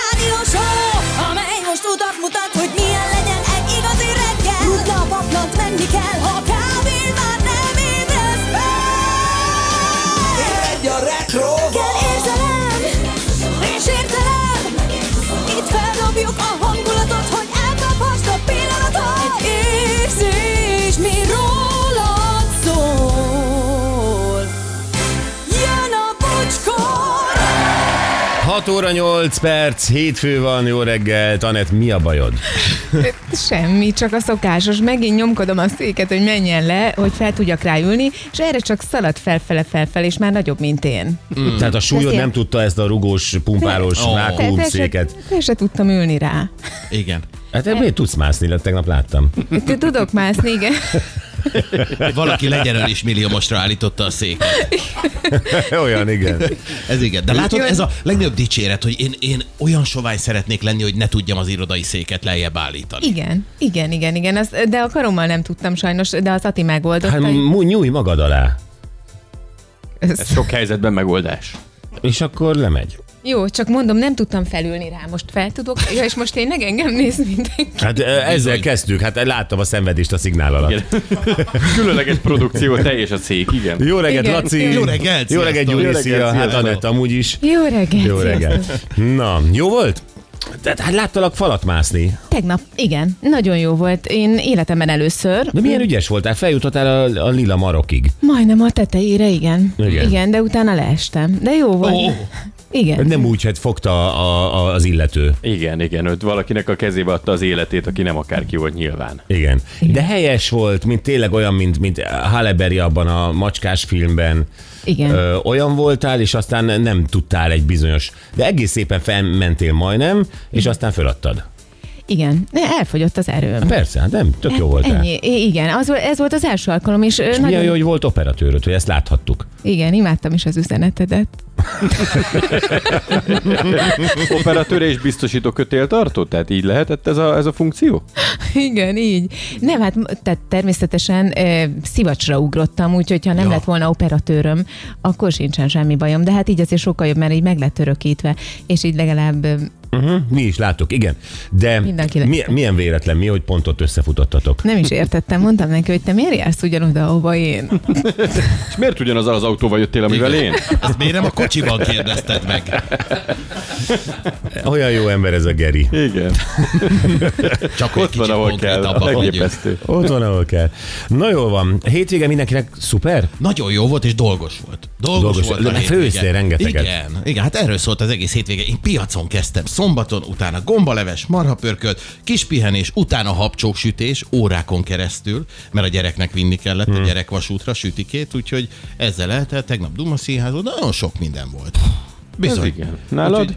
rádió show, amely most utat mutat, hogy milyen legyen egy igazi reggel. Rutna a paplant, menni kell, ha kávén már nem ébredsz fel. Egy a retro Kell érzelem, és értelem, itt feldobjuk a hangulatot, hogy elkaphast a pillanatot. Egy érzés, mi rólad szól. Jön a bocskor! 6 óra 8 perc, hétfő van, jó reggel, Anett, mi a bajod? Semmi, csak a szokásos. Megint nyomkodom a széket, hogy menjen le, hogy fel tudjak ráülni, és erre csak szaladt felfele felfel, és már nagyobb, mint én. Mm. Tehát a súlyod Beszél. nem tudta ezt a rugós, pumpálós, Fel- fel- vákuum fel se- széket. Fel se tudtam ülni rá. Igen. Hát te miért tudsz mászni, Lát, tegnap láttam. Te tudok mászni, igen. Valaki legyen is milliómosra állította a széket. Olyan, igen. Ez igen. De látod, ez a legnagyobb dicséret, hogy én, én olyan sovány szeretnék lenni, hogy ne tudjam az irodai széket lejjebb állítani. Igen, igen, igen, igen. Azt, de a karommal nem tudtam sajnos, de az Ati megoldotta. Hát hogy- mu- nyúj magad alá, Ez- Sok helyzetben megoldás. és akkor lemegy. Jó, csak mondom, nem tudtam felülni rá. Most fel tudok? Ja, és most tényleg engem néz mindenki. Hát ö, ezzel kezdtük, hát láttam a szenvedést a szignál alatt. Igen. Különleges produkció, teljes a cég, igen. Jó reggelt, Igen. Laci! Jó reggelt, Jó reggelt, sziasztok! Gyuri, Jó reggelt, szia! Hát sziasztok! Anett, amúgy is. Jó reggelt! Jó sziasztok. reggelt! Na, jó volt? Tehát hát láttalak falat mászni. Tegnap, igen, nagyon jó volt. Én életemben először. De milyen ügyes voltál, feljutottál a, a lila marokig. Majdnem a tetejére, igen. Igen. igen de utána leestem. De jó volt. Ó. Igen. Nem úgy, hogy fogta a, a, az illető. Igen, igen, őt valakinek a kezébe adta az életét, aki nem akárki volt nyilván. Igen. De helyes volt, mint tényleg olyan, mint, mint Halle Berry abban a macskás filmben. Igen. Ö, olyan voltál, és aztán nem tudtál egy bizonyos... De egész szépen felmentél majdnem, és aztán föladtad. Igen. De elfogyott az erőm. Persze, hát nem, tök jó voltál. Ennyi. I- Igen, az, volt- ez volt az első alkalom, és, és Milyen nagyon... jó, hogy volt operatőröd, hogy ezt láthattuk. Igen, imádtam is az üzenetedet. Operatőr és biztosító kötéltartó? Tehát így lehetett ez a, ez a funkció? Igen, így. Nem, hát m- tehát természetesen e, szivacsra ugrottam, úgyhogy ha nem Ja. lett volna operatőröm, akkor sincsen semmi bajom. De hát így azért sokkal jobb, mert így meg lett örökítve, és így legalább ö, Uh-huh, mi is láttuk, igen. De Mindenki mi, látta. milyen véletlen mi, hogy pont ott összefutottatok. nem is értettem. Mondtam neki, hogy te miért jársz ugyanoda, ahova én? És miért ugyanazzal az autóval jöttél, amivel én? Ezt miért nem a kocsiban kérdezted meg? Olyan jó ember ez a Geri. Igen, Csak hogy ott kicsit van, ahol kell. konkrétabbak legyünk. Elképesztő. Ott van, ahol kell. Na jól van. Hétvége mindenkinek szuper? Nagyon jó volt, és dolgos volt. Dolgos, Dolgos. dolgos volt. De a meg hétvége. főztél rengeteget. Igen, igen, hát erről szólt az egész hétvége. Én piacon kezdtem szombaton, utána gombaleves, marhapörkölt, kis pihenés, utána habcsóksütés órákon keresztül, mert a gyereknek vinni kellett a gyerek vasútra sütikét, úgyhogy ezzel eltelt tegnap Duma színházban, nagyon sok minden volt. Bizony. Igen. Nálad? Úgyhogy-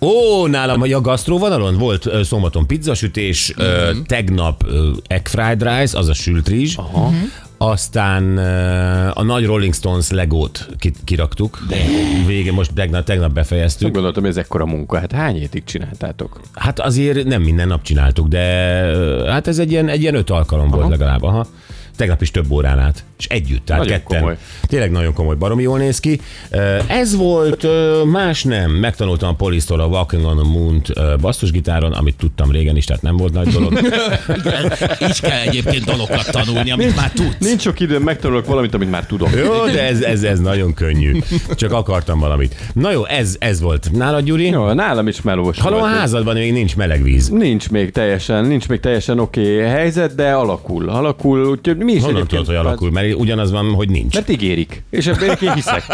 Ó, nálam hogy a gasztróvonalon volt ö, szombaton pizzasütés, ö, tegnap ö, egg fried rice, az a sült rizs. Aha. Aztán ö, a nagy Rolling Stones legót ki- kiraktuk. Vége, most tegnap, tegnap befejeztük. Gondoltam, hogy ez ekkora munka. Hát hány hétig csináltátok? Hát azért nem minden nap csináltuk, de ö, hát ez egy ilyen, egy ilyen öt alkalom volt legalább. Aha. Tegnap is több órán át, és együtt, tehát Nagyon ketten. komoly. Tényleg nagyon komoly, barom jól néz ki. Ö, Ez volt, ö, más nem. Megtanultam a Polisztól a Walking on the Moon-t ö, basszusgitáron, amit tudtam régen is, tehát nem volt nagy dolog. Igen, így kell egyébként dalokat tanulni, amit már tudsz. Nincs sok időm, megtanulok valamit, amit már tudok. Jó, de ez, ez, ez nagyon könnyű. Csak akartam valamit. Na jó, ez, ez volt. Nálad, Gyuri? Jó, nálam is melós Hallom, a volt. házadban még nincs meleg víz. Nincs még teljesen, nincs még teljesen oké okay helyzet, de alakul, alakul, úgyhogy mi is Honnan egyébként- tudod, hogy alakul? Mert ugyanaz van, hogy nincs. Mert ígérik, és ebben én hiszek.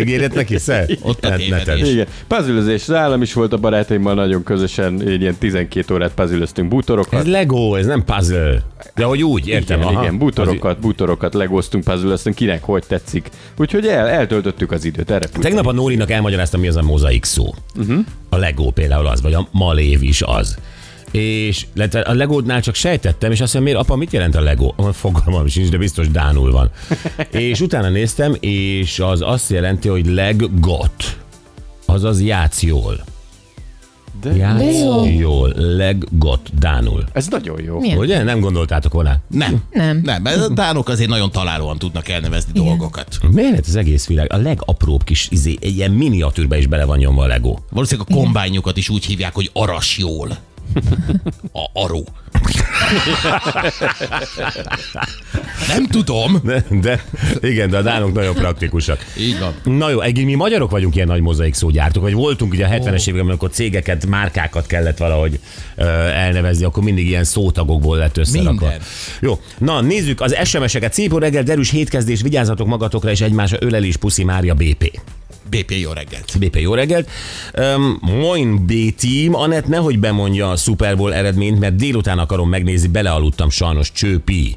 Ígéretnek hiszel? Ott a Hát, Ne- ne tévedés. tedd. Igen, puzzleözés nálam is volt a barátaimmal nagyon közösen, így ilyen 12 órát puzzleöztünk bútorokat. Ez Lego, ez nem puzzle. De hogy úgy, értem. igen, aha. igen, bútorokat, bútorokat legoztunk, puzzleöztünk, kinek hogy tetszik. Úgyhogy el, eltöltöttük az időt, erre Az- Tegnap a Nórinak elmagyaráztam, mi az a mozaik szó. Mhm. Uh-huh. A Lego például az, vagy a malév is az. És illetve a legódnál csak sejtettem, és azt mondom, miért apa, mit jelent a legó? Ah, Fogalmam sincs, de biztos Dánul van. és utána néztem, és az azt jelenti, hogy leggot. Azaz játsz jól. De Játsz jó. jól, leggot dánul. ez nagyon jó. Milyen? Ugye? Nem gondoltátok volna? Nem. Nem. Nem, mert a dánok azért nagyon találóan tudnak elnevezni Igen. dolgokat. Miért hát az egész világ? A legapróbb kis izé, egy ilyen miniatűrbe is bele van nyomva a Lego. Valószínűleg a kombányukat is úgy hívják, hogy aras jól. A aró. Nem tudom. De, de igen, de a dánok nagyon praktikusak. Így van. Na jó, egyébként mi magyarok vagyunk ilyen nagy mozaik szógyártók, vagy voltunk ugye a 70-es években, amikor cégeket, márkákat kellett valahogy ö, elnevezni, akkor mindig ilyen szótagokból lett összerakva. Minden. Jó, na nézzük az SMS-eket. Szép jó reggel, derűs hétkezdés, vigyázzatok magatokra és egymásra ölelés, puszi Mária BP. BP jó reggelt. BP, jó reggelt! Um, Moin B team, Anett nehogy bemondja a Super Bowl eredményt, mert délután akarom megnézni, belealudtam sajnos, csőpi.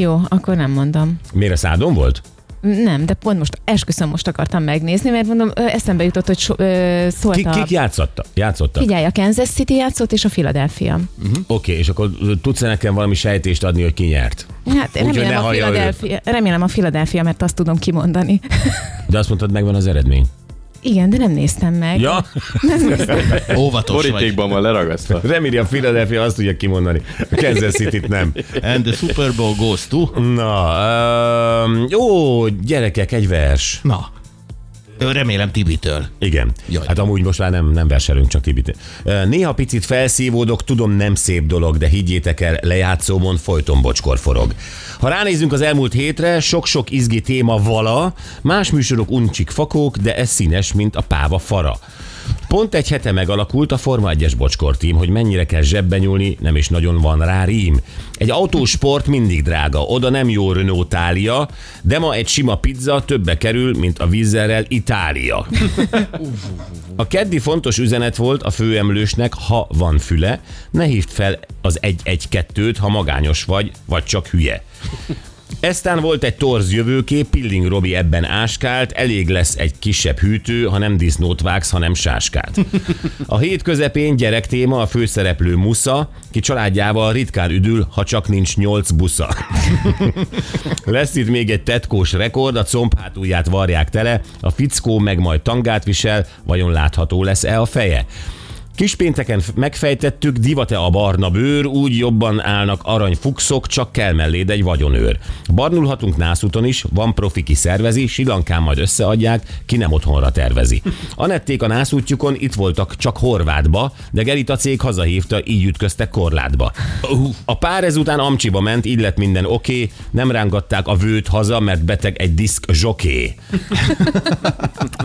Jó, akkor nem mondom. Miért a szádon volt? Nem, de pont most esküszöm, most akartam megnézni, mert mondom, ö, eszembe jutott, hogy so, ö, szólt Kik, a... kik játszotta? játszottak? Oké, Figyelj, a Kansas City játszott, és a Philadelphia. okay, és akkor ö, tudsz -e nekem valami sejtést adni, hogy ki nyert? Hát Úgyhogy ne remélem a, hallja Philadelphia, remélem a Philadelphia, mert azt tudom kimondani. De azt mondtad, megvan az eredmény. Igen, de nem néztem meg. Ja, Óvatos vagy. Borítékban van leragasztva. reméli a Philadelphia azt tudja kimondani. A Kansas City-t nem. And the Super Bowl goes to... Na, um, jó, gyerekek, egy vers. Na. Ö, Remélem Tibitől. Igen. Jaj. Hát amúgy most már nem, nem verselünk, csak Tibit. Ö, Néha picit felszívódok, tudom nem szép dolog, de higgyétek el, lejátszómon folyton bocskor forog. Ha ránézünk az elmúlt hétre, sok-sok izgi téma vala, más műsorok uncsik fakók, de ez színes, mint a páva fara. Pont egy hete megalakult a Forma 1-es bocskor tím, hogy mennyire kell zsebben nyúlni, nem is nagyon van rá rím. Egy autósport mindig drága, oda nem jó Renault tália, de ma egy sima pizza többe kerül, mint a vízzelrel Itália. A keddi fontos üzenet volt a főemlősnek, ha van füle, ne hívd fel az 1-1-2-t, ha magányos vagy, vagy csak hülye. Eztán volt egy torz jövőkép, Pilling Robi ebben áskált, elég lesz egy kisebb hűtő, ha nem disznót vágsz, hanem sáskát. A hét közepén gyerek téma a főszereplő Musza, ki családjával ritkán üdül, ha csak nincs nyolc busza. Lesz itt még egy tetkós rekord, a comb hátulját varják tele, a fickó meg majd tangát visel, vajon látható lesz-e a feje? Kispénteken f- megfejtettük, divate a barna bőr, úgy jobban állnak arany fuxok, csak kell melléd egy vagyonőr. Barnulhatunk nászúton is, van profi ki szervezi, silankán majd összeadják, ki nem otthonra tervezi. Anették a nászútjukon, itt voltak csak Horvátba, de Gerit a cég hazahívta, így ütköztek korlátba. A pár ezután Amcsiba ment, így lett minden oké, okay, nem rángatták a vőt haza, mert beteg egy diszk zsoké.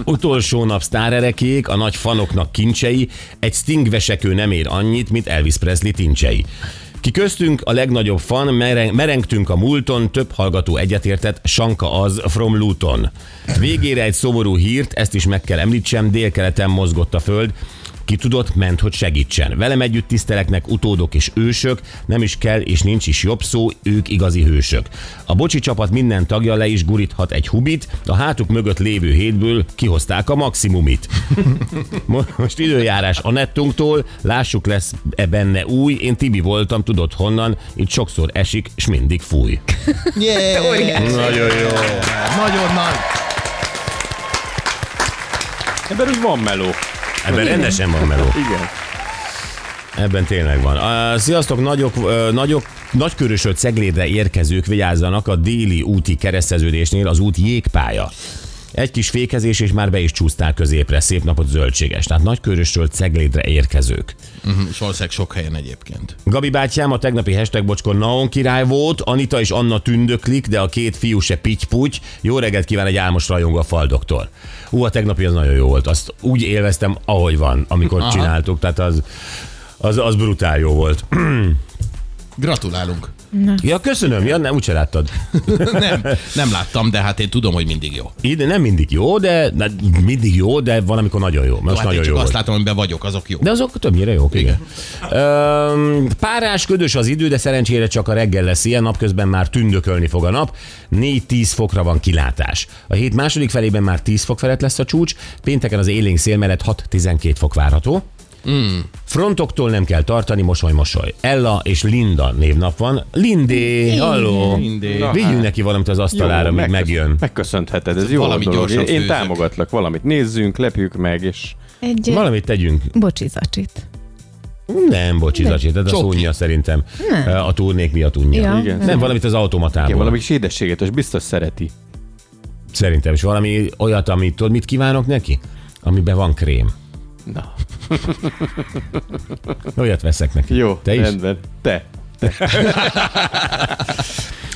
Utolsó nap sztárerekék, a nagy fanoknak kincsei, egy Sting vesekő nem ér annyit, mint Elvis Presley tincsei. Ki köztünk a legnagyobb fan, mereng, merengtünk a múlton, több hallgató egyetértett, Sanka az from Luton. Végére egy szomorú hírt, ezt is meg kell említsem, délkeleten mozgott a föld, ki tudott, ment, hogy segítsen. Velem együtt tiszteleknek utódok és ősök, nem is kell és nincs is jobb szó, ők igazi hősök. A bocsi csapat minden tagja le is guríthat egy hubit, a hátuk mögött lévő hétből kihozták a maximumit. Mo- Most időjárás a nettunktól, lássuk lesz-e benne új, én Tibi voltam, tudod honnan, itt sokszor esik, és mindig fúj. Yeah. Nagyon jó. Nagyon nagy. Ebben úgy van meló. Ebben rendesen van meló. Igen. Ebben tényleg van. Ö, Sziasztok, nagyok, ö, nagyok, nagykörösöd Ceglédre érkezők vigyázzanak a déli úti kereszteződésnél az út jégpálya. Egy kis fékezés, és már be is csúsztál középre. Szép napot zöldséges. Tehát nagykörösről Ceglédre érkezők. Mhm, És valószínűleg sok helyen egyébként. Gabi bátyám a tegnapi hashtag bocskor Naon király volt, Anita és Anna tündöklik, de a két fiú se pitty Jó reggelt kíván egy álmos rajong a faldoktól. Ú, a tegnapi az nagyon jó volt. Azt úgy élveztem, ahogy van, amikor Aha. csináltuk. Tehát az, az, az brutál jó volt. Gratulálunk. Ja, köszönöm, ja, nem, úgyse láttad. Nem, nem láttam, de hát én tudom, hogy mindig jó. Ide nem mindig jó, de de mindig jó, de van, amikor nagyon jó. Most hát én nagyon csak jó azt volt. látom, amiben vagyok, azok jó. De azok többnyire jók, igen. Öm, párás, ködös az idő, de szerencsére csak a reggel lesz ilyen, napközben már tündökölni fog a nap. 4-10 fokra van kilátás. A hét második felében már 10 fok felett lesz a csúcs, pénteken az élénk szél mellett 6-12 fok várható. Hmm. Frontoktól nem kell tartani, mosoly-mosoly. Ella és Linda névnap van. Lindé, halló! Mindig. Na, Vigyünk neki valamit az asztalára, míg megkösz- megjön. Megköszönheted, ez jó Valami dolog. gyorsan Én, én főzök. támogatlak, valamit nézzünk, lepjük meg, és Egy Valamit tegyünk. bocsizacsit. Nem, bocsi, Zacsi, tehát az Csoki. unja szerintem. Nem. A turnék miatt unja. Ja. Igen. Nem, valamit az automatából. Igen, valami kis édességet, és biztos szereti. Szerintem is valami olyat, amit tudod, mit kívánok neki? Amiben van krém. Na. Olyat veszek neki. Jó, Te is? rendben. Te.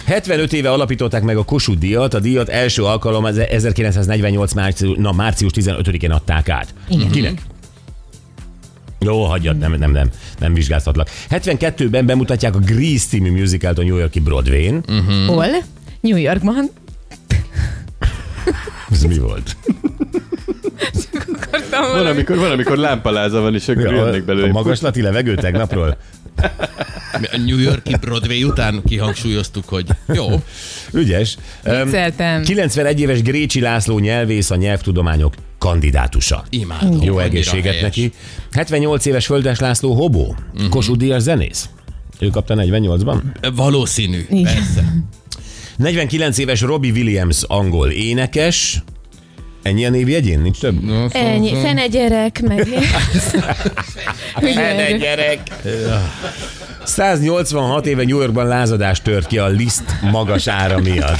75 éve alapították meg a Kossuth díjat. A díjat első alkalom az 1948 március, na, március 15-én adták át. Igen. Mhm. Kinek? Jó, hagyjad, nem, nem, nem, nem vizsgáztatlak. 72-ben bemutatják a Grease című musicalt a New Yorki Broadway-n. Mhm. Uh-huh. Hol? New Yorkban. Ez mi volt? Van, amikor, van, amikor lámpaláza van, és akkor A, jönnek a belőle. magaslati levegő tegnapról? Mi A New Yorki Broadway után kihangsúlyoztuk, hogy jó, Ügyes. Öm, Vicceltem. 91 éves Grécsi László nyelvész a nyelvtudományok kandidátusa. imádom. Jó annyira egészséget helyes. Mhm. neki. 78 éves Földes László Hobó, uh-huh. Kossuth Díjas zenész. Ő kapta 48-ban. Valószínű, Igen. persze. 49 éves Robbie Williams angol énekes. Ennyi a névjegyén? Nincs több? Ennyi, fene gyerek, meg... Ugye? gyerek! 186 éve New Yorkban lázadás tört ki a liszt magas ára miatt.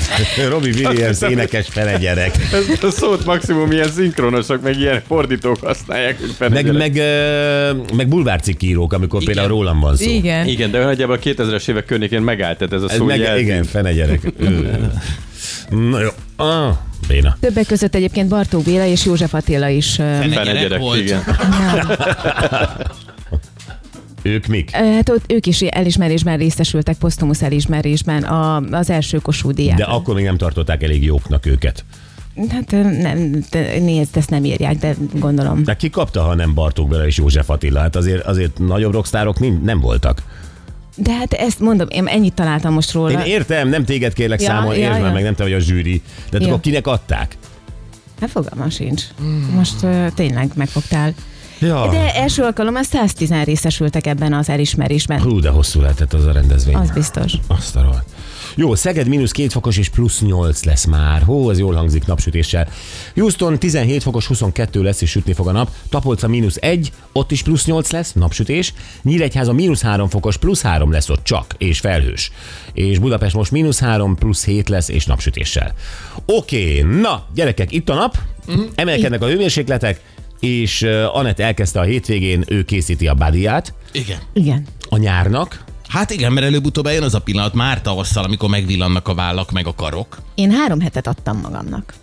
Robbie Williams énekes fene gyerek. Ezt a szót maximum ilyen szinkronosok, meg ilyen fordítók használják, hogy Meg, fenegyenek. meg, ö, meg bulvárcikkírók, amikor Igen. például rólam van szó. Igen. Igen, de nagyjából a 2000-es évek környékén megállt tehát ez a Ez szó. meg, Szóval jelzi. igen, fene gyerek. Ö. Na jó. Ah, béna. Többek között egyébként Bartók Béla és József Attila is. ö, Fene Fene gyerek gyerek, volt. igen. Ők mik? ö, Hát ott ők is elismerésben részesültek, posztumusz elismerésben a, az első Kossuth díján. De akkor még nem tartották elég jóknak őket. Hát ö, nem, de, nézd, ezt nem írják, de gondolom. De ki kapta, ha nem Bartók Bela és József Attila? Hát azért, azért nagyobb rockstárok nem, nem voltak. De hát ezt mondom, én ennyit találtam most Én róla. értem, nem téged kérlek ja, Ja, számon, ja, értsd már ja. meg, nem te vagy a zsűri. De Ja. akkor kinek adták? Hát fogalmam sincs. Most ö, tényleg megfogtál. Ja. De első alkalommal 110 részesültek ebben az elismerésben. Hú, de hosszú lehetett az a rendezvény. Az biztos. Azt a rohadt. Jó, Szeged mínusz két fokos és plusz 8 lesz már. Hó, ez jól hangzik napsütéssel. Houston 17 fokos, 22 lesz és sütni fog a nap. Tapolca mínusz 1, ott is plusz 8 lesz, napsütés. Nyíregyháza mínusz 3 fokos, plusz 3 lesz ott csak, és felhős. És Budapest most mínusz 3, plusz 7 lesz és napsütéssel. Oké, na, gyerekek, itt a nap, emelkednek a hőmérsékletek, és uh, Anett elkezdte a hétvégén, ő készíti a badiát Igen. Igen. a nyárnak. Hát igen, mert előbb-utóbb eljön az a pillanat már tavasszal, amikor megvillannak a vállak meg a karok. Én három hetet adtam magamnak.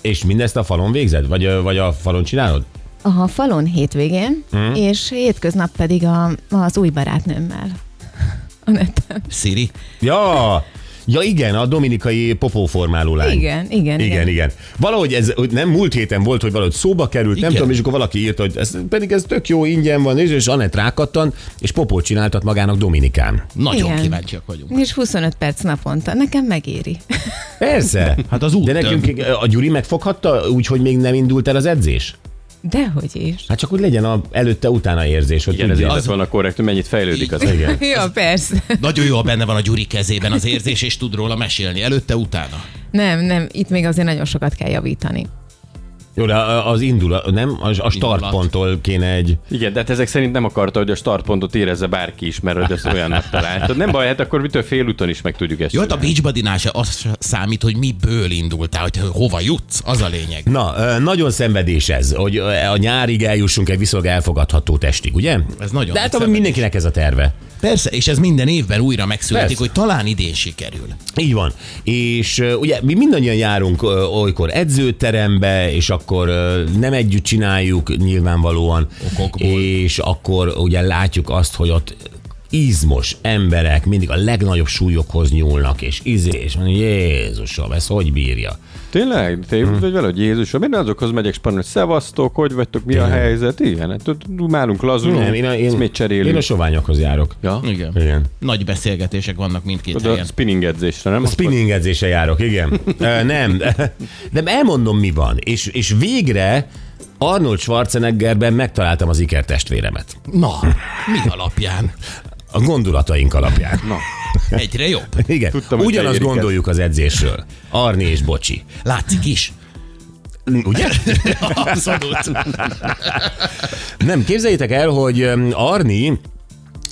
És mindezt a falon végzed? Vagy, ö, vagy a falon csinálod? A falon hétvégén, hmm. és hétköznap pedig a, az új barátnőmmel. A neten. Siri. Ja! Ja igen, a dominikai popóformáló lány. Igen, igen, Igen, igen. igen. Valahogy ez hogy nem múlt héten volt, hogy valahogy szóba került, igen. nem Igen. tudom, és akkor valaki írta, hogy ez, pedig ez tök jó, ingyen van, és, és Anett rákattan, és popót csináltat magának Dominikán. Nagyon igen. Igen. kíváncsiak vagyunk. És 25 perc naponta. Nekem megéri. Persze. Hát az út De nekünk a Gyuri megfoghatta, úgyhogy még nem indult el az edzés? Dehogy is. Hát csak úgy legyen a előtte-utána érzés, hogy Igen, ez tudja. az van a korrekt, hogy mennyit fejlődik az Igen. Ja, persze. Nagyon jó, ha benne van a Gyuri kezében az érzés, és tud róla mesélni. Előtte, utána. Nem, nem, itt még azért nagyon sokat kell javítani. Jó, de a- az indul, nem? A, a startponttól kéne egy... Igen, de hát ezek szerint nem akarta, hogy a startpontot érezze bárki is, mert hogy ezt olyan találtad. Nem baj, hát akkor mitől félúton is meg tudjuk ezt. Jó, hát a csinálni. beachbadinál se az számít, hogy miből indultál, hogy hova jutsz, az a lényeg. Na, ö, nagyon szenvedés ez, hogy ö, a nyárig eljussunk egy viszonylag elfogadható testig, ugye? Ez nagyon De nagy hát szenvedés. abban mindenkinek ez a terve. Persze, és ez minden évben újra megszületik, Persze. hogy talán idén sikerül. Így van. És ö, ugye mi mindannyian járunk ö, olykor edzőterembe, és akkor ö, nem együtt csináljuk nyilvánvalóan. Okokból. És akkor ugye látjuk azt, hogy ott izmos emberek mindig a legnagyobb súlyokhoz nyúlnak, és izé, és mondja, Jézusom, ez hogy bírja? Tényleg? Mhm. Te hmm. vagy valahogy Jézusom, én azokhoz megyek spanyol, szevasztok, hogy vagytok, mi a helyzet? Igen, hát ott dumálunk, lazulunk, Nem, én, a, Hm. ezt én, mit én a cserélünk? soványokhoz járok. Ja? Igen. Igen. Nagy beszélgetések vannak mindkét Oda a helyen. spinning edzésre, nem? Spinning edzése járok, igen. Ö, nem, nem elmondom, mi van. És, és végre Arnold Schwarzeneggerben megtaláltam az ikertestvéremet. Na, mi alapján? A gondolataink alapján. Na, Egyre jobb. Igen, Tudtam, hogy te ugyanazt ériket. gondoljuk az edzésről. Arni és Bocsi. Látszik is. Ugye? Abszolút. Nem, képzeljétek el, hogy öm, Arni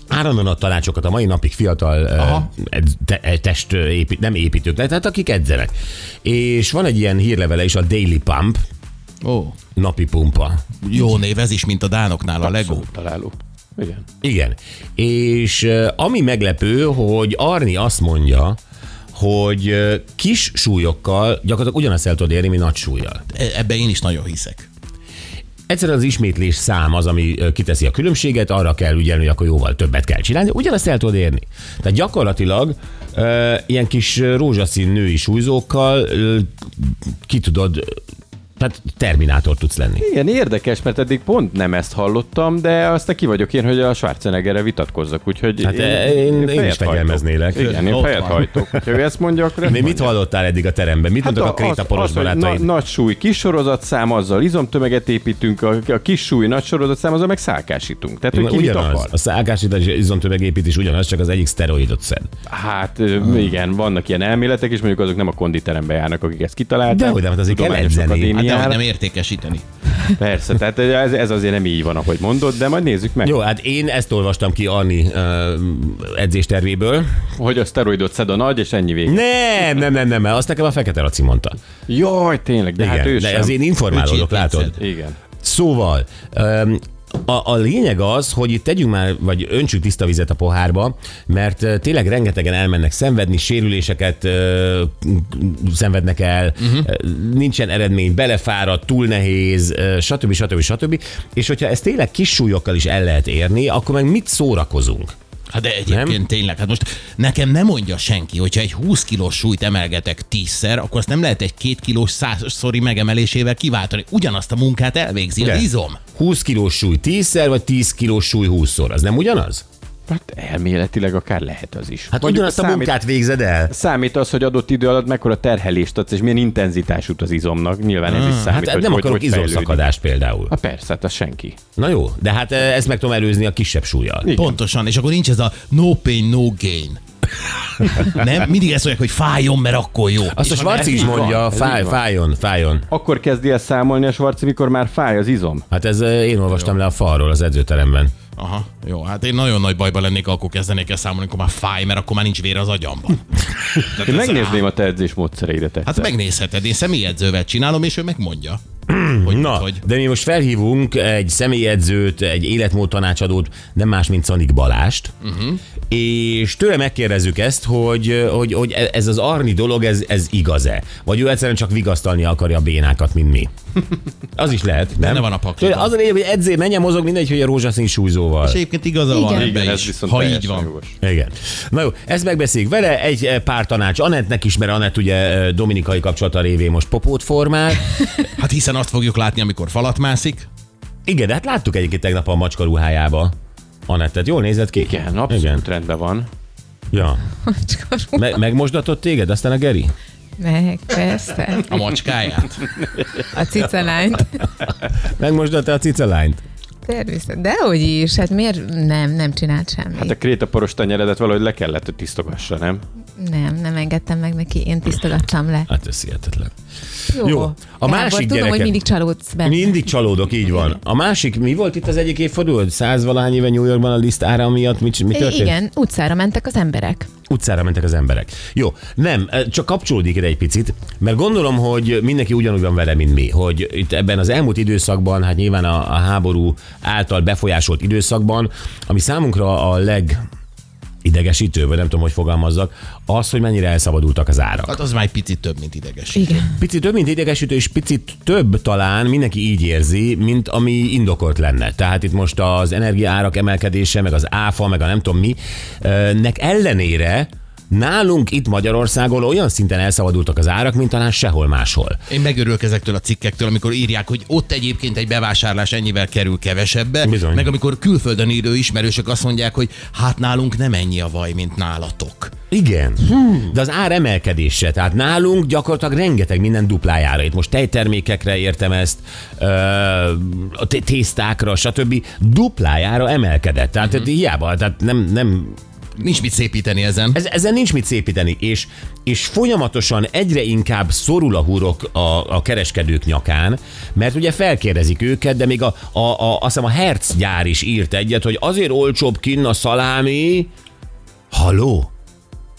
Áramlan a tanácsokat a mai napig fiatal Aha. ö, edz- te- ö, test, ö, épít, nem építők, de tehát akik edzenek. És van egy ilyen hírlevele is, a Daily Pump, Ó, napi pumpa. jó név ez is, mint a dánoknál a Lego. Abszolút találó. Igen. Igen. És ö, ami meglepő, hogy Arni azt mondja, hogy ö, kis súlyokkal gyakorlatilag ugyanazt el tudod érni, mint nagy súlyjal. E- Ebbe én is nagyon hiszek. Hát Egyszerűen az ismétlés szám az, ami ö, kiteszi a különbséget, arra kell ügyelni, hogy akkor jóval többet kell csinálni, ugyanazt el tudod érni. Tehát gyakorlatilag ö, ilyen kis ö, rózsaszín női súlyzókkal ö, ki tudod, ö, tehát terminátor tudsz lenni. Igen, érdekes, mert eddig pont nem ezt hallottam, de aztán ki vagyok én, hogy a Schwarzeneggerre vitatkozzak, úgyhogy Hát én- én is fejet fegyelmeznélek. hajtok. Igen, én Ott fejet van. hajtok. Ha ő ezt mondja, akkor ezt Mi mit mondja. hallottál eddig a teremben? Hát Mit mondtak a krétaporos hogy barátaid? na, nagy súly, kis sorozatszám, azzal izomtömeget építünk, a, a kis súly, nagy sorozatszám, azzal meg szálkásítunk. Tehát, hogy ki mit Ugyanaz. akar? A szágásítás és izomtömegépítés ugyanaz, csak az egyik szteroidot szed. Hát ö, Ah. igen, vannak ilyen elméletek, és mondjuk azok nem a konditerembe járnak, akik ezt kitalálták. Dehogy nem, hát azért kell Tudományos edzeni. Hát akadémiára. de hogy nem értékesíteni. Persze, tehát ez, ez azért nem így van, ahogy mondod, de majd nézzük meg. Jó, hát én ezt olvastam ki Anni ö, edzéstervéből. Hogy a szteroidot szed a nagy, és ennyi vége. Nem, nem, nem, nem, azt nekem a Fekete Laci mondta. Jaj, tényleg, de Igen, hát ő de sem. az én informálódok, Ő látod. csirkéced. Igen. Szóval, öm, a, a lényeg az, hogy itt tegyünk már, vagy öntsük tiszta vizet a pohárba, mert ö, tényleg rengetegen elmennek szenvedni, sérüléseket ö, szenvednek el, Mhm. uh-huh. nincsen eredmény, belefáradt, túl nehéz, ö, stb. stb. stb. És hogyha ezt tényleg kis súlyokkal is el lehet érni, akkor meg mit szórakozunk? Hát de egyébként nem? tényleg, hát most nekem nem mondja senki, hogyha egy 20 kilós súlyt emelgetek tízszer, akkor azt nem lehet egy két kilós százszori megemelésével kiváltani. Ugyanazt a munkát elvégzi De. az izom. 20 kilós súly 10-szer, vagy 10 kilós súly 20-szor, az nem ugyanaz? Hát elméletileg akár lehet az is. Hát Mondjuk ugyanazt a munkát végzed el. Számít az, hogy adott idő alatt mekkora terhelést adsz, és milyen intenzitás jut az izomnak. Nyilván ez is Hát számít, nem hogy hogy, akarok hogy fejlődik. izomszakadást például. Hát persze, hát az senki. Na jó, de hát eh, ezt meg tudom előzni a kisebb súlyjal. Igen. Pontosan, és akkor nincs ez a no pain, no gain. nem? Mindig ezt mondják, hogy fájjon, mert akkor jó. Azt a És Svarci is így van, mondja, ez fáj, így van. fájjon, fájjon. Akkor kezdi el számolni a svarci, mikor már fáj az izom. Hát ez eh, én olvastam le a falról az edzőteremben. Aha, jó, hát én nagyon nagy bajba lennék, ha akkor kezdenék el számolni, amikor már fáj, mert akkor már nincs vér az agyamban. Tehát Én ez- megnézném a te edzés módszereidet egyszer. Hát megnézheted, én személyedzővel csinálom, és ő megmondja. hogy, Na, Hát hogy de mi most felhívunk egy személyedzőt, egy életmód tanácsadót, nem más, mint Szanik Balást, Mhm. uh-huh. és tőle megkérdezzük ezt, hogy, e, hogy, hogy ez az arni dolog, ez, ez igaz-e? Vagy ő egyszerűen csak vigasztalni akarja a bénákat, mint mi? Az is lehet, nem? Benne van a pakliban. Tőle Az a lényeg, hogy edzé, menjen, mozog, mindegy, hogy a rózsaszín súlyzóval. és egyébként igaza van Igen. ebbe Igen, ez is, viszont ha teljesen így van. jogos. Igen. Na jó, ezt megbeszéljük vele, egy eh, pár tanács Anettnek is, mert Anett ugye eh, dominikai kapcsolata révén most popót formál. Hát hiszen azt fogjuk látni, amikor falat mászik. Igen, de hát láttuk egyébként tegnap a macska ruhájába. Anettet, jól nézett ki? Igen, abszolút Igen. rendben van. Ja. Macskorú. Me- megmosdatott téged, aztán a Geri? Meg, persze. A macskáját. A cicalányt. Megmosdatta a cicalányt? Természet. Dehogy is. Hát miért nem, nem csinált semmit. Hát a krétaporos tenyeredet valahogy le kellett, hogy tisztogassa, nem? Nem, nem engedtem meg neki. Én tisztogattam le. Hát ez hihetetlen. Jó. Jó. A Gábor, másik tudom, gyerekem- hogy mindig csalódsz benne. Mindig csalódok, így van. A másik, mi volt itt az egyik évforduló? hogy Százvalahány éve New Yorkban a liszt ára miatt mi, mi I- történt? Igen, utcára mentek az emberek. Utcára mentek az emberek. Jó, nem, eh, csak kapcsolódik ide egy picit, mert gondolom, hogy mindenki ugyanúgy van vele, mint mi, hogy itt ebben az elmúlt időszakban, hát nyilván a, a háború által befolyásolt időszakban, ami számunkra a leg idegesítő, vagy nem tudom, hogy fogalmazzak, az, hogy mennyire elszabadultak az árak. Hát az már egy picit több, mint ideges. Igen. Picit több, mint idegesítő, és picit több talán mindenki így érzi, mint ami indokolt lenne. Tehát itt most az energiaárak emelkedése, meg az áfa, meg a nem tudom mi, ö, nek ellenére nálunk itt Magyarországon olyan szinten elszabadultak az árak, mint talán sehol máshol. Én megörülök ezektől a cikkektől, amikor írják, hogy ott egyébként egy bevásárlás ennyivel kerül kevesebbe, Bizony. meg amikor külföldön írő ismerősök azt mondják, hogy hát nálunk nem ennyi a vaj, mint nálatok. Igen. Hmm. De az ár emelkedése, tehát nálunk gyakorlatilag rengeteg minden duplájára. Itt most tejtermékekre értem ezt, ö, a té- tésztákra, stb. duplájára emelkedett. Tehát uh-huh. hiába, tehát nem, nem Nincs mit szépíteni ezen. Ez, ezen nincs mit szépíteni, és, és folyamatosan egyre inkább szorul a hurok a, a kereskedők nyakán, mert ugye felkérdezik őket, de még a, a, a, azt hiszem a Herz gyár is írt egyet, hogy azért olcsóbb kinn a szalámi... Haló?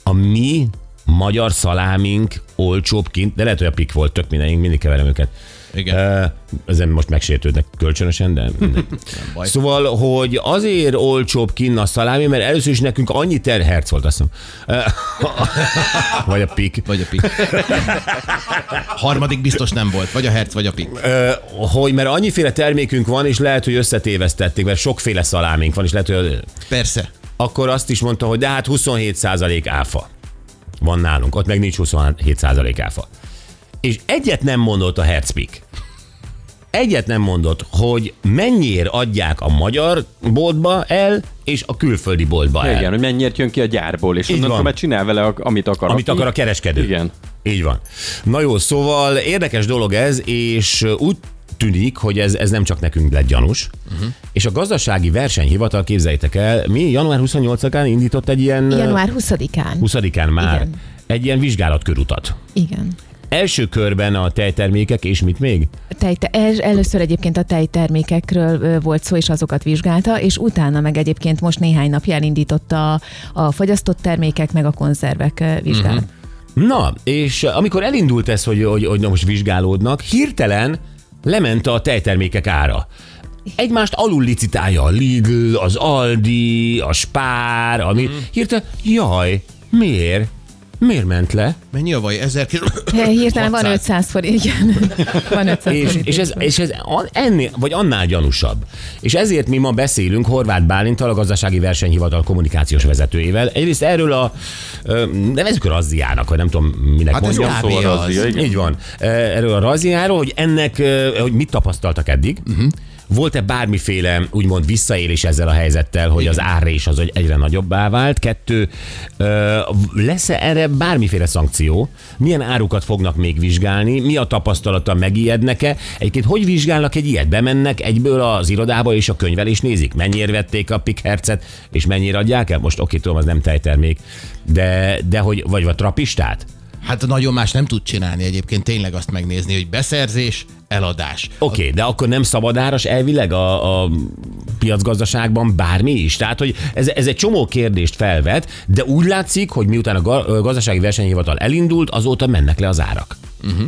A mi magyar szalámink olcsóbb kint, de lehet, hogy a pik volt, tök minden, én mindig keverem őket. Igen. Ö, Ezen most megsértődnek kölcsönösen, de mindegy. baj. Szóval, hogy azért olcsóbb kinn a szalámi, mert először is nekünk annyi terherc volt, azt hiszem. Ö, Vagy a pik. Vagy a pik. Harmadik biztos nem volt. Vagy a herc, vagy a pik. Ö, Hogy mert annyiféle termékünk van, és lehet, hogy összetévesztették, mert sokféle szalámink van, és lehet, hogy Persze. akkor azt is mondta, hogy de hát 27% áfa van nálunk, ott meg nincs 27% áfa. És egyet nem mondott a Herzpik. Egyet nem mondott, hogy mennyiért adják a magyar boltba el, és a külföldi boltba el. Igen, hogy mennyiért jön ki a gyárból, és Így van. onnantól már csinál vele, a- amit akar. Amit akar a kereskedő. Igen. Így van. Na jó, szóval érdekes dolog ez, és úgy tűnik, hogy ez, ez nem csak nekünk lett gyanús. Uh-huh. És a gazdasági versenyhivatal, képzeljétek el, mi január 28-án indított egy ilyen... Január 20-án. 20-án már Igen. Igen. egy ilyen vizsgálatkörutat. Igen. Első körben a tejtermékek, és mit még? Tejte, el- először egyébként a tejtermékekről ö, volt szó, és azokat vizsgálta, és utána meg egyébként most néhány napja elindította a, a fogyasztott termékek, meg a konzervek ö, vizsgálat. Mhm. Uh-huh. Na, és eh, amikor elindult ez, hogy, hogy, hogy na most vizsgálódnak, hirtelen lement a tejtermékek ára. Egymást alul licitálja a Lidl, az Aldi, a Spár, ami mm. hirtelen, jaj, miért? Miért ment le? Mennyi a vaj? 1000 Hirtelen van 600. 500 forint, igen. Van 500 És, forint. és, ez, és ez an- ennél, vagy annál gyanúsabb. És ezért mi ma beszélünk Horváth Bálintal, a gazdasági versenyhivatal kommunikációs vezetőjével. Egyrészt erről a, ö, nevezzük Razziának, vagy nem tudom, minek Hát ez mondjam. kb. Szóval az. razzia, igen. Így van. E, Erről a raziáról, hogy ennek, eh, hogy mit tapasztaltak eddig, uh-huh. volt-e bármiféle úgymond visszaélés ezzel a helyzettel, hogy az árrés az egy- egyre nagyobbá vált? Kettő, eh, lesz-e erre bármiféle szankció? Milyen árukat fognak még vizsgálni? Mi a tapasztalata, megijednek-e? Egyébként hogy vizsgálnak egy ilyet? Bemennek egyből az irodába és a könyvelés nézik? Mennyire vették a pikhercet, és mennyire adják el? Most oké, tudom, az nem tejtermék, de, de hogy, vagy a trapistát? Hát nagyon más nem tud csinálni egyébként. Tényleg azt megnézni, hogy beszerzés, eladás. Oké, okay, de akkor nem szabadáras elvileg a, a piacgazdaságban bármi is? Tehát, hogy ez, ez egy csomó kérdést felvet, de úgy látszik, hogy miután a ga- a gazdasági versenyhivatal elindult, azóta mennek le az árak. Uh-huh.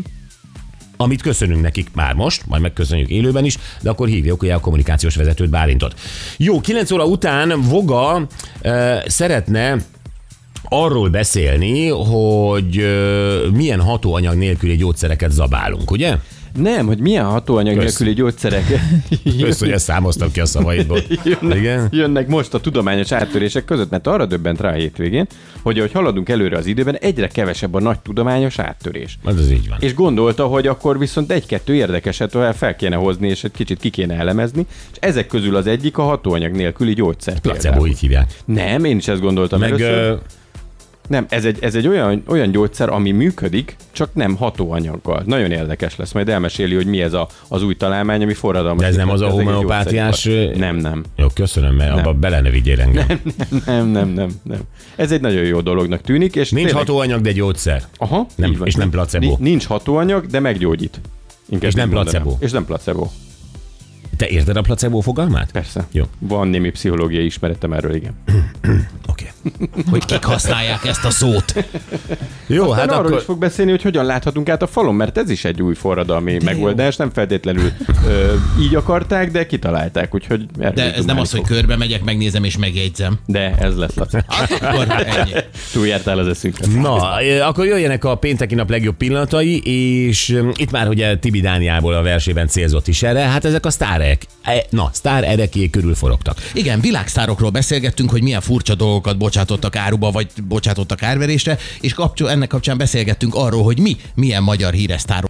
Amit köszönünk nekik már most, majd megköszönjük élőben is, de akkor hívjuk ugye a kommunikációs vezetőt Bálintot. Jó, 9 óra után Voga e, szeretne arról beszélni, hogy e, milyen hatóanyag nélküli gyógyszereket zabálunk, ugye? Nem, hogy milyen hatóanyag Kösz. nélküli gyógyszerek Kösz, hogy ezt számoztam ki a szavaidból. jönnek, Igen. jönnek most a tudományos áttörések között, mert arra döbbent rá a hétvégén, hogy ahogy haladunk előre az időben, egyre kevesebb a nagy tudományos áttörés. Az az Hát így van. És gondolta, hogy akkor viszont egy-kettő érdekeset olyan fel kéne hozni, és egy kicsit ki kéne elemezni, és ezek közül az egyik a hatóanyag nélküli gyógyszer. Placebo például. így hívják. Nem, én is ezt gondoltam Meg először. ö, Nem, ez egy, ez egy olyan, olyan gyógyszer, ami működik, csak nem hatóanyaggal. Nagyon érdekes lesz, majd elmeséli, hogy mi ez a, az új találmány, ami forradalmas. De ez nem az a Ez egy homeopátiás, gyógyszeripar. ö, Nem, nem. jó, köszönöm, mert abba bele ne vigyél engem. Nem, Nem, nem, nem, nem. Ez egy nagyon jó dolognak tűnik, és Nincs tényleg- hatóanyag, de gyógyszer. Aha, Nem, így van. és nem placebo. Ni- Nincs hatóanyag, de meggyógyít. Inkább És nem így mondanám. placebo. És nem placebo, Te érted a placebo fogalmát? persze. Jó. Van némi pszichológiai ismeretem erről, igen. Oké. Okay. Hogy kik használják ezt a szót. Jó, Hát hát arról akkor... is fog beszélni, hogy hogyan láthatunk át a falon, mert ez is egy új forradalmi megoldás, nem feltétlenül ö, így akarták, de kitalálták, úgyhogy erről De ez nem dumálni az, hogy fog. körbe megyek, megnézem és megjegyzem. De ez lesz, Laci. Hát akkor ennyi. Túljártál az eszünkre. Na, ö, akkor jöjjenek a pénteki nap legjobb pillanatai, és ö, itt már ugye Tibi Dániából a versében célzott is erre, hát ezek a sztárek, e, na, sztár ereké körül forogtak. Igen, világsztárokról beszélgettünk, hogy milyen furcsa dolgokat bocsátottak áruba, vagy bocsátottak árverésre, és kapcsol, ennek kapcsán beszélgettünk arról, hogy mi milyen magyar híresztárok